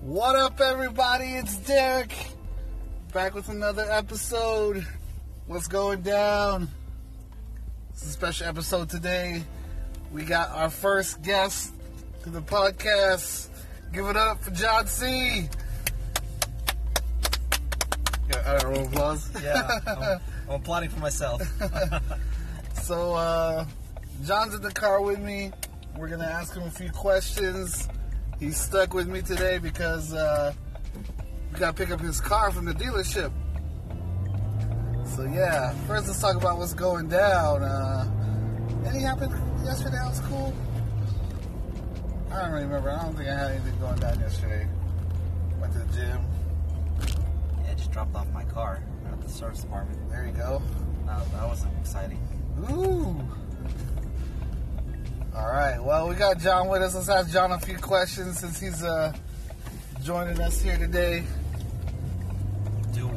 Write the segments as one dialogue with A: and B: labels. A: What up, everybody? It's Derek back with another episode. What's going down? It's a special episode today. We got our first guest to the podcast. Give it up for John C. Yeah, I don't know, applause.
B: Yeah, I'm, I'm applauding for myself.
A: So uh, John's in the car with me. We're gonna ask him a few questions. He's stuck with me today because uh, we gotta pick up his car from the dealership. So yeah, first let's talk about what's going down. Uh, anything happened yesterday? That was cool. I don't remember. I don't think I had anything going down yesterday. Went to the gym.
B: Yeah, I just dropped off my car at the service department.
A: There you go.
B: Uh, that was exciting.
A: Ooh. All right. Well, we got John with us. Let's ask John a few questions since he's uh, joining us here today.
B: Do it.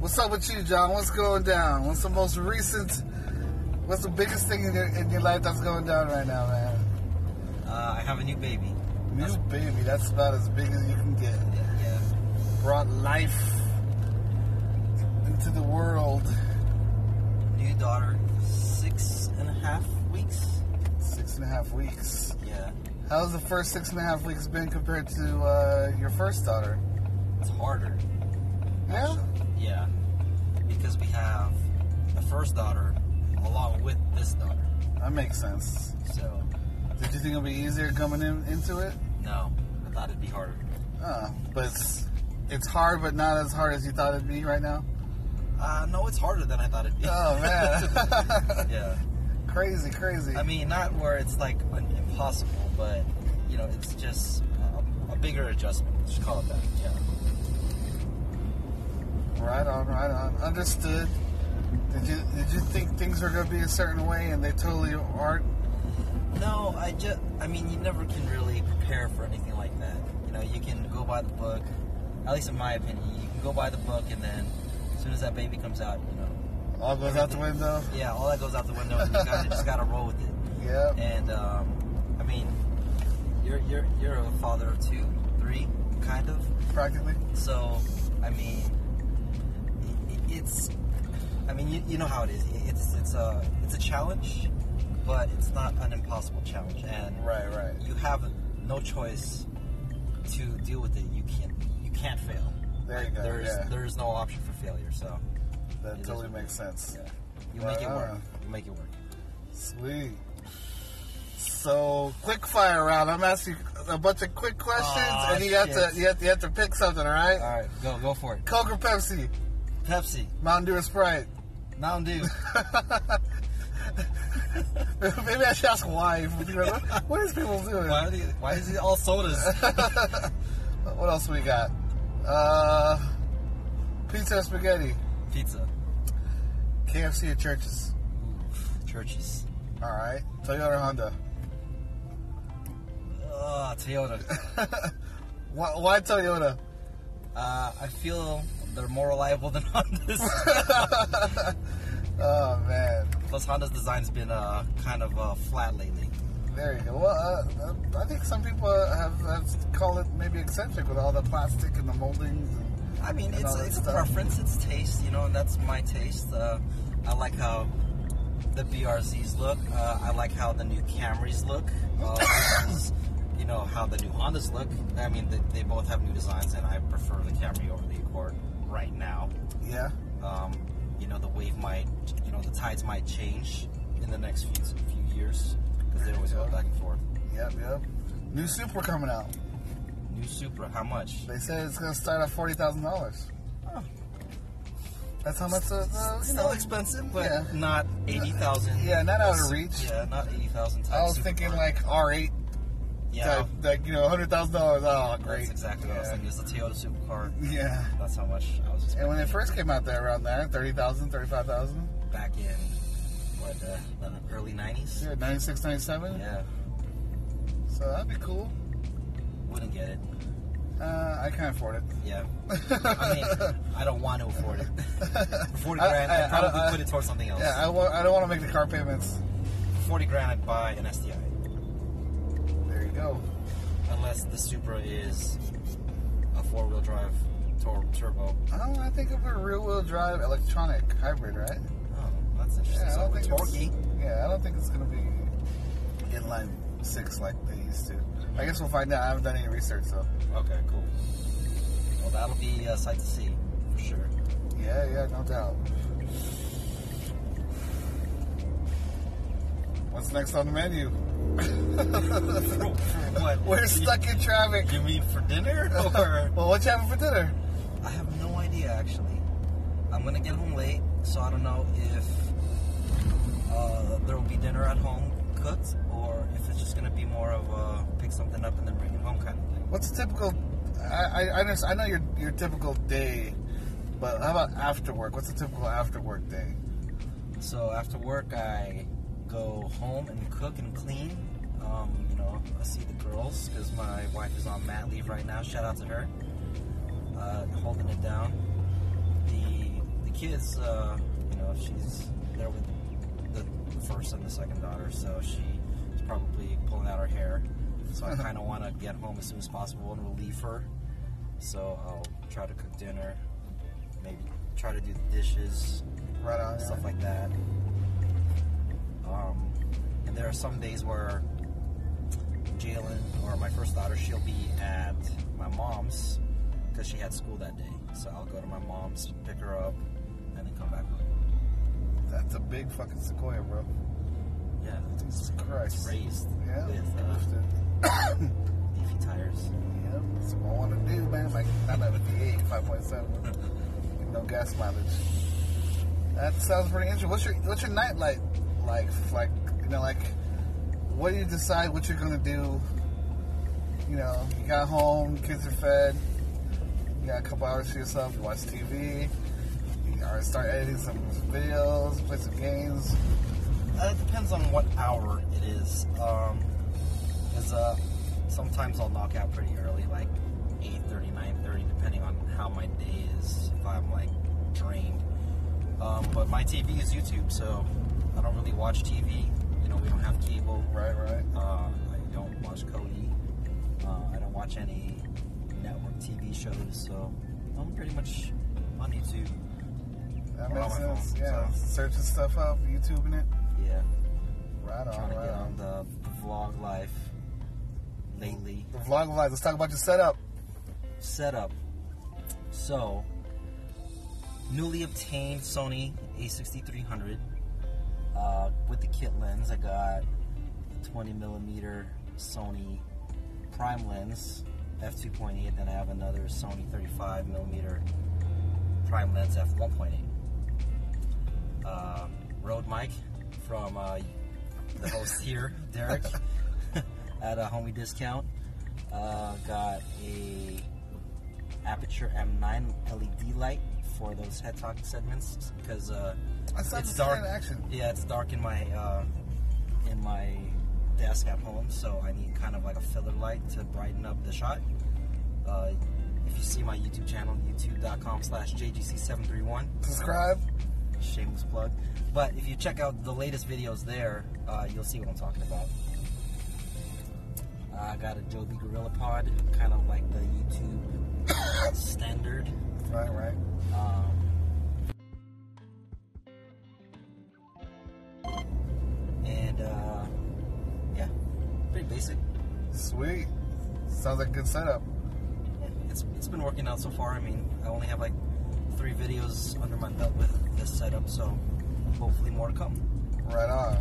A: What's up with you, John? What's going down? What's the most recent? What's the biggest thing in your, in your life that's going down right now, man?
B: Uh, I have a new baby.
A: New baby. That's about as big as you can get.
B: Yeah.
A: Brought life into the world.
B: New daughter, six and a half weeks.
A: Six and a half weeks.
B: Yeah.
A: How's the first six and a half weeks been compared to uh, your first daughter?
B: It's harder.
A: Yeah.
B: Yeah. Because we have the first daughter along with this daughter.
A: That makes sense.
B: So,
A: Did you think it'd be easier coming in into it?
B: no, I thought it'd be harder.
A: Uh, but it's, it's hard, but not as hard as you thought it'd be right now.
B: Uh, no, it's harder than I thought it'd be.
A: Oh man,
B: yeah.
A: crazy, crazy.
B: I mean, not where it's like un- impossible, but you know, it's just um, a, a bigger adjustment. Let's just call it that. Yeah.
A: right on, right on. Understood. Did you did you think things were gonna be a certain way and they totally aren't?
B: No, I just, I mean, you never can really prepare for anything like that. You know, you can go by the book. At least in my opinion, you can go by the book, and then as soon as that baby comes out, you know,
A: All goes out the window.
B: yeah, all that goes out the window. and You gotta, just gotta roll with it.
A: Yeah.
B: And um, I mean, you're you're you're a father of two, three, kind of.
A: practically.
B: So, I mean, i- i- it's, I mean, you, you know how it is. I- It's it's a it's a challenge, but it's not an impossible challenge, and
A: Right, right.
B: you have no choice to deal with it. You can't you can't fail.
A: There you go.
B: There's
A: yeah,
B: there's no option for failure. So,
A: that totally makes sense.
B: yeah, you make it work.
A: Wow.
B: You make it work.
A: Sweet. So quick fire round. I'm asking a bunch of quick questions,
B: Aw,
A: and you have
B: shit.
A: to you have, you have to pick something. All right.
B: All right, go go for it.
A: Coke or Pepsi?
B: Pepsi,
A: Mountain Dew or Sprite?
B: Mountain Dew.
A: Maybe I should ask why. What is people doing?
B: why are they, why is it all sodas?
A: What else we got? Uh, pizza or spaghetti?
B: Pizza,
A: KFC or churches?
B: Ooh, churches.
A: All right. Toyota or Honda?
B: Ah, Toyota.
A: Why, why Toyota?
B: Uh, I feel they're more reliable than Honda's.
A: Oh man,
B: Plus, Honda's design's been uh, kind of uh, flat lately.
A: there you go. Well, uh, I think some people have, have call it maybe eccentric with all the plastic and the moldings. And,
B: I mean,
A: And
B: it's,
A: all that
B: it's a
A: stuff.
B: preference, it's taste, you know, and that's my taste. Uh, I like how the BRZs look. Uh, I like how the new Camrys look. Uh, versus, you know, how the new Hondas look. I mean, they, they both have new designs, and I prefer the Camry over the Accord right now.
A: yeah.
B: Um, you know, the wave might, you know, the tides might change in the next few, few years because they always go back and forth.
A: Yep. Yep. New Super coming out.
B: New Supra, how much?
A: They said it's gonna start at forty thousand dollars.
B: Oh.
A: That's how much the, the you
B: Still
A: know.
B: expensive, but
A: Yeah.
B: not eighty thousand.
A: Yeah, not out of reach.
B: Yeah, not eighty thousand.
A: I was thinking like R eight
B: yeah,
A: type, like you know, hundred thousand dollars. Oh, great.
B: that's exactly what I was
A: Yeah.
B: thinking. It's a Toyota Supercar.
A: Yeah.
B: That's how much I was
A: And
B: expecting
A: when it first came out there around there, 30,000, 35,000.
B: back in what the, the early nineties.
A: Yeah, 96, 97.
B: Yeah,
A: So that'd be cool.
B: wouldn't get it.
A: Uh, I can't afford it.
B: Yeah. I mean, I don't want to afford it. For 40
A: I-
B: grand,
A: I-
B: I,
A: I-
B: would probably
A: I-
B: put it towards something else.
A: Yeah, I, wa- I don't want to make the car payments.
B: For 40 grand, I'd buy an STI.
A: There you go.
B: Unless the Supra is a four wheel drive tor- turbo.
A: Oh, I think of a rear-wheel drive electronic hybrid, right?
B: Oh, that's interesting.
A: Yeah, I
B: so
A: don't
B: we're
A: think
B: torquey.
A: it's, Yeah, I don't think it's gonna be inline six like they used to. I guess we'll find out. I haven't done any research, so
B: Okay, cool. Well, that'll be a sight to see, for sure.
A: yeah, yeah, no doubt. What's next on the menu?
B: what?
A: We're
B: You-
A: stuck in traffic.
B: You mean for dinner? Or
A: well, what you having for dinner?
B: I have no idea actually. I'm gonna get home late, so I don't know if uh, there will be dinner at home cooked or if it's just gonna be more of a pick something up and then bring it home kind of thing.
A: What's a typical? I I, I, understand- I know your your typical day, but how about after work? What's a typical after work day?
B: So after work, I go home and cook and clean. Um, you know, I see the girls because my wife is on mat leave right now. Shout out to her, uh, holding it down. The the kids, uh, you know, she's there with the first and the second daughter, so she's probably pulling out her hair. So I kind of want to get home as soon as possible and relieve her. So I'll try to cook dinner, maybe try to do the dishes,
A: Right on. yeah.
B: stuff like that. Um, and there are some days where Jalen or my first daughter, she'll be at my mom's because she had school that day. So I'll go to my mom's, pick her up, and then come back home.
A: That's a big fucking sequoia, bro.
B: Yeah,
A: Jesus Christ.
B: it's raised
A: Yeah.
B: with uh,
A: understood.
B: beefy tires.
A: Yep, that's what I want to do, man. Like, I'm at 58, 5.7. No gas mileage. That sounds pretty interesting. What's your What's your nightlight like? Like, you know, like, what do you decide what you're gonna do? You know, you got home, kids are fed, you got a couple hours to yourself, you watch TV, you are- start editing some videos, play some games.
B: Uh, it depends on what hour it is. Um, 'cause, uh, sometimes I'll knock out pretty early, like 8.30, 9.30, depending on how my day is, if I'm, like, drained. Um, but my TV is YouTube, so I don't really watch TV. You know, we don't have cable.
A: Right, right.
B: Uh, I don't watch Cody. Uh, I don't watch any network TV shows, so I'm pretty much on YouTube.
A: That
B: Or on
A: makes
B: my
A: sense.
B: phone,
A: Yeah,
B: so.
A: searching stuff up, YouTubing it.
B: Yeah,
A: Right on,
B: trying to
A: right
B: get on
A: on.
B: the vlog life lately.
A: The vlog live. Let's talk about your setup.
B: setup. So, newly obtained Sony A6300 uh, with the kit lens. I got 20 millimeter Sony prime lens f2.8. Then I have another Sony 35 millimeter prime lens f1.8. Uh, Rode mic from uh, the host here, Derek, at a homie discount. Uh, got a aperture M9 LED E light for those head talk segments because uh,
A: I saw
B: it's
A: this
B: dark.
A: in action.
B: Yeah, it's dark in my uh, in my desk at home, so I need kind of like a filler light to brighten up the shot. Uh, if you see my YouTube channel, youtube.com/slash jgc731,
A: Subscribe.
B: shameless plug. But if you check out the latest videos there, uh, you'll see what I'm talking about. I got a Joby Gorilla Pod, kind of like the YouTube standard.
A: Right, right.
B: Um, and uh, yeah, pretty basic.
A: Sweet. Sounds like a good setup.
B: It's, it's been working out so far. I mean, I only have like three videos under my belt with this setup, so hopefully more to come.
A: Right on.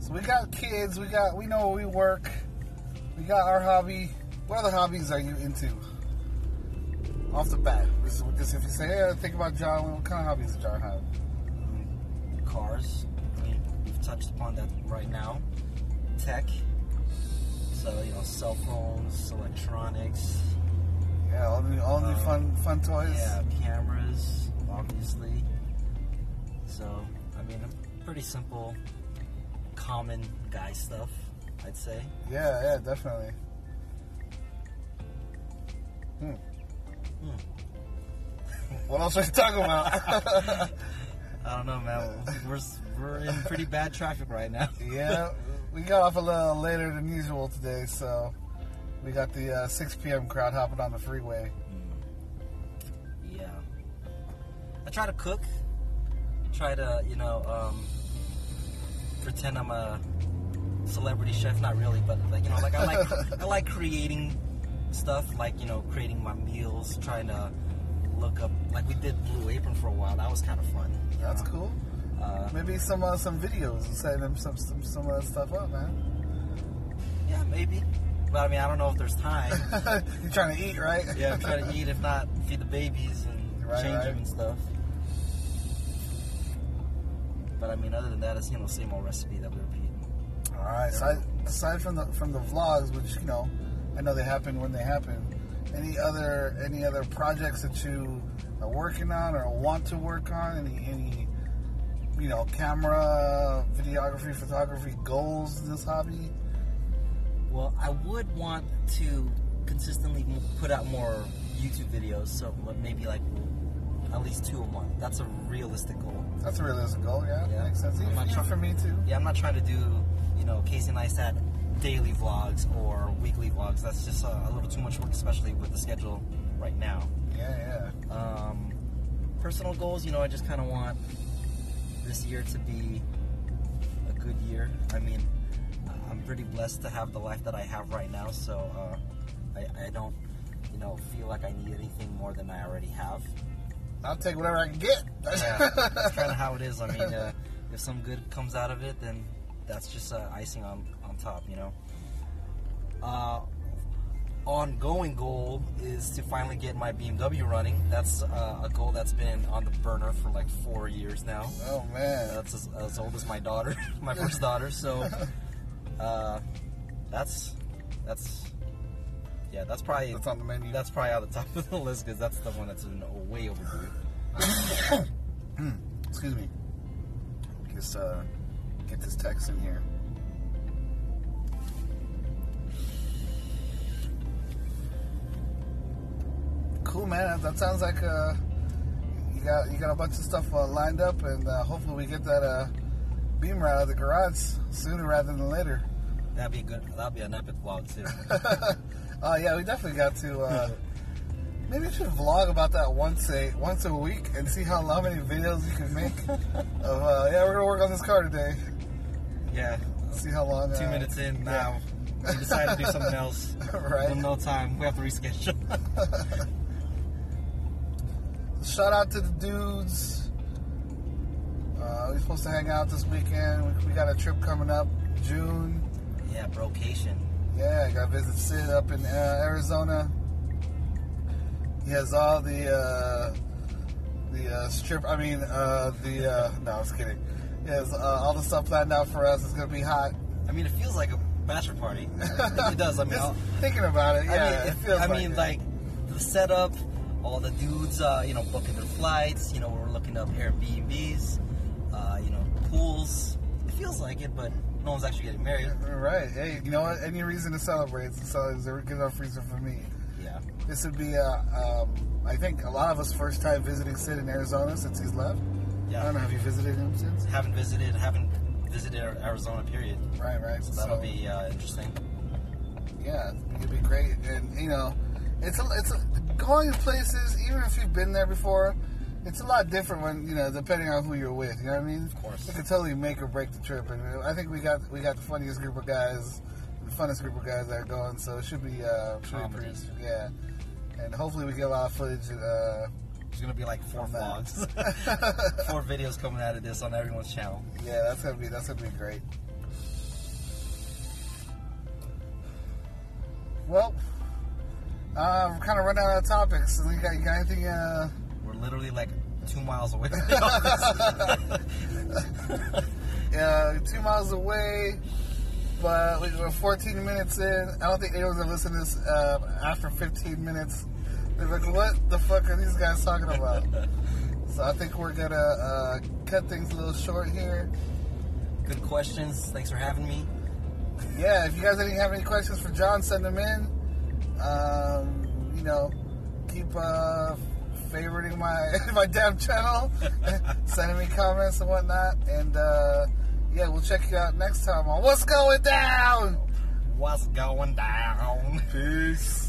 A: So we got kids. We got. We know where we work. We got our hobby. What other hobbies are you into? Off the bat, this is what this. If you say, "Hey, think about John," what kind of hobbies does John have?
B: cars. I mean, we've touched upon that right now. Tech. So, you know, cell phones, electronics,
A: Yeah, all the all the
B: Uh,
A: fun fun toys.
B: yeah, cameras, obviously. So, I mean, pretty simple, common guy stuff, I'd say.
A: yeah, yeah, definitely. Hmm. What else are you talking about?
B: I don't know, man. We're s- we're in pretty bad traffic right now.
A: yeah, we got off a little later than usual today, so we got the uh, 6 p.m. crowd hopping on the freeway.
B: Yeah. I try to cook. Try to, you know, um, pretend I'm a celebrity chef. Not really, but like you know, like I like I like creating stuff. Like you know, creating my meals. Trying to look up. Like we did Blue Apron for a while. That was kind of fun. you
A: That's
B: know?
A: cool.
B: Uh,
A: Maybe some uh, some videos and setting them some some, some of that stuff up, man.
B: yeah, maybe. But I mean, I don't know if there's time.
A: You're trying to eat, right?
B: yeah, try to eat. If not, feed the babies and
A: Right,
B: change
A: right.
B: them and stuff. But I mean, other than that, it's you know same old recipe that we repeat.
A: All right. So I, aside from the from the vlogs, which you know, I know they happen when they happen. Any other any other projects that you are working on or want to work on? Any any you know camera, videography, photography goals in this hobby?
B: Well, I would want to consistently m- put out more YouTube videos, so like, maybe like at least two a month. That's a realistic goal.
A: That's a realistic goal. Yeah,
B: Yeah.
A: makes sense.
B: I'm
A: Even,
B: not
A: even
B: trying-
A: for me too.
B: Yeah, I'm not trying to do you know Casey Neistat daily vlogs or weekly vlogs. That's just uh, a little too much work, especially with the schedule right now.
A: Yeah,
B: um, personal goals, you know, I just kind of want this year to be a good year. I mean, I- I'm pretty blessed to have the life that I have right now, so uh, I, I don't, you know, feel like I need anything more than I already have.
A: yeah. I'll take whatever I can get.
B: Yeah, that's kind of how it is. I mean, uh, if some good comes out of it, then that's just uh, icing on, on top, you know. Uh, ongoing goal is to finally get my BMW running. That's uh, a goal that's been on the burner for like four years now.
A: oh man.
B: That's as, as old as my daughter, my first daughter. So uh, that's that's yeah, that's probably
A: That's on the menu.
B: that's probably on the top of the list because that's the one that's been way overdue.
A: Excuse me. Just uh, get this text in here. Cool, man. That sounds like uh, you got you got a bunch of stuff uh, lined up, and uh, hopefully we get that uh, beamer out of the garage sooner rather than later.
B: That'd be a good. That'd be an epic vlog too.
A: Oh yeah, we definitely got to. Uh, maybe we should vlog about that once a once a week and see how long many videos you can make. of uh, yeah, we're gonna work on this car today.
B: yeah.
A: See how long.
B: Two
A: uh,
B: minutes in now. We decided to do something else.
A: Right.
B: In no time. We have to reschedule.
A: Shout out to the dudes. Uh, we're supposed to hang out this weekend. We, we got a trip coming up June.
B: yeah, brocation.
A: Yeah, I got to visit Sid up in uh, Arizona. He has all the uh, the uh, strip. I mean, uh, the uh, no, I was kidding. He has uh, all the stuff planned out for us. It's gonna be hot.
B: I mean, it feels like a bachelor party. it does. I mean,
A: Just
B: I'll-
A: thinking about it,
B: I
A: yeah,
B: mean,
A: it
B: if-
A: feels
B: I
A: like
B: mean,
A: it.
B: like the setup. All the dudes, uh, you know, booking their flights. You know, we're looking up Airbnbs. Uh, you know, pools. It feels like it, but no one's actually getting married.
A: right. Hey, you know what? Any reason to celebrate? So it's a good enough reason for me.
B: Yeah.
A: This would be, uh, um, I think, a lot of us first time visiting Sid in Arizona since he's left.
B: Yeah.
A: I don't know. Have you visited him since?
B: Haven't visited. Haven't visited Ar- Arizona. Period.
A: Right, right.
B: So that'll be uh, interesting.
A: yeah, it'd be great. And you know, it's a, it's a, going to places. Even if you've been there before, it's a lot different when you know, depending on who you're with. You know what I mean? Of
B: course.
A: it could totally make or break the trip. And I think we got we got the funniest group of guys, the funnest group of guys that are going. So it should be uh, should be pretty,
B: Comedy.
A: yeah. And hopefully we get a lot of footage. Uh,
B: There's gonna be like four
A: From that.
B: vlogs, four videos coming out of this on everyone's channel.
A: Yeah, that's gonna be that's gonna be great. Well, uh, we're kind of running out of topics. So you got you got anything? Uh,
B: We're literally like two miles away from the office.
A: uh, two miles away, but we- we're 14 minutes in. I don't think anyone's gonna listen to this uh, after 15 minutes. They're like, "What the fuck are these guys talking about?" so I think we're gonna uh, cut things a little short here.
B: Good questions. Thanks for having me.
A: yeah, if you guys didn't have any questions for John, send them in. Um, you know, keep uh, favoriting my my damn channel, sending me comments and whatnot, and uh, yeah, we'll check you out next time on What's Going Down.
B: What's going down?
A: Peace.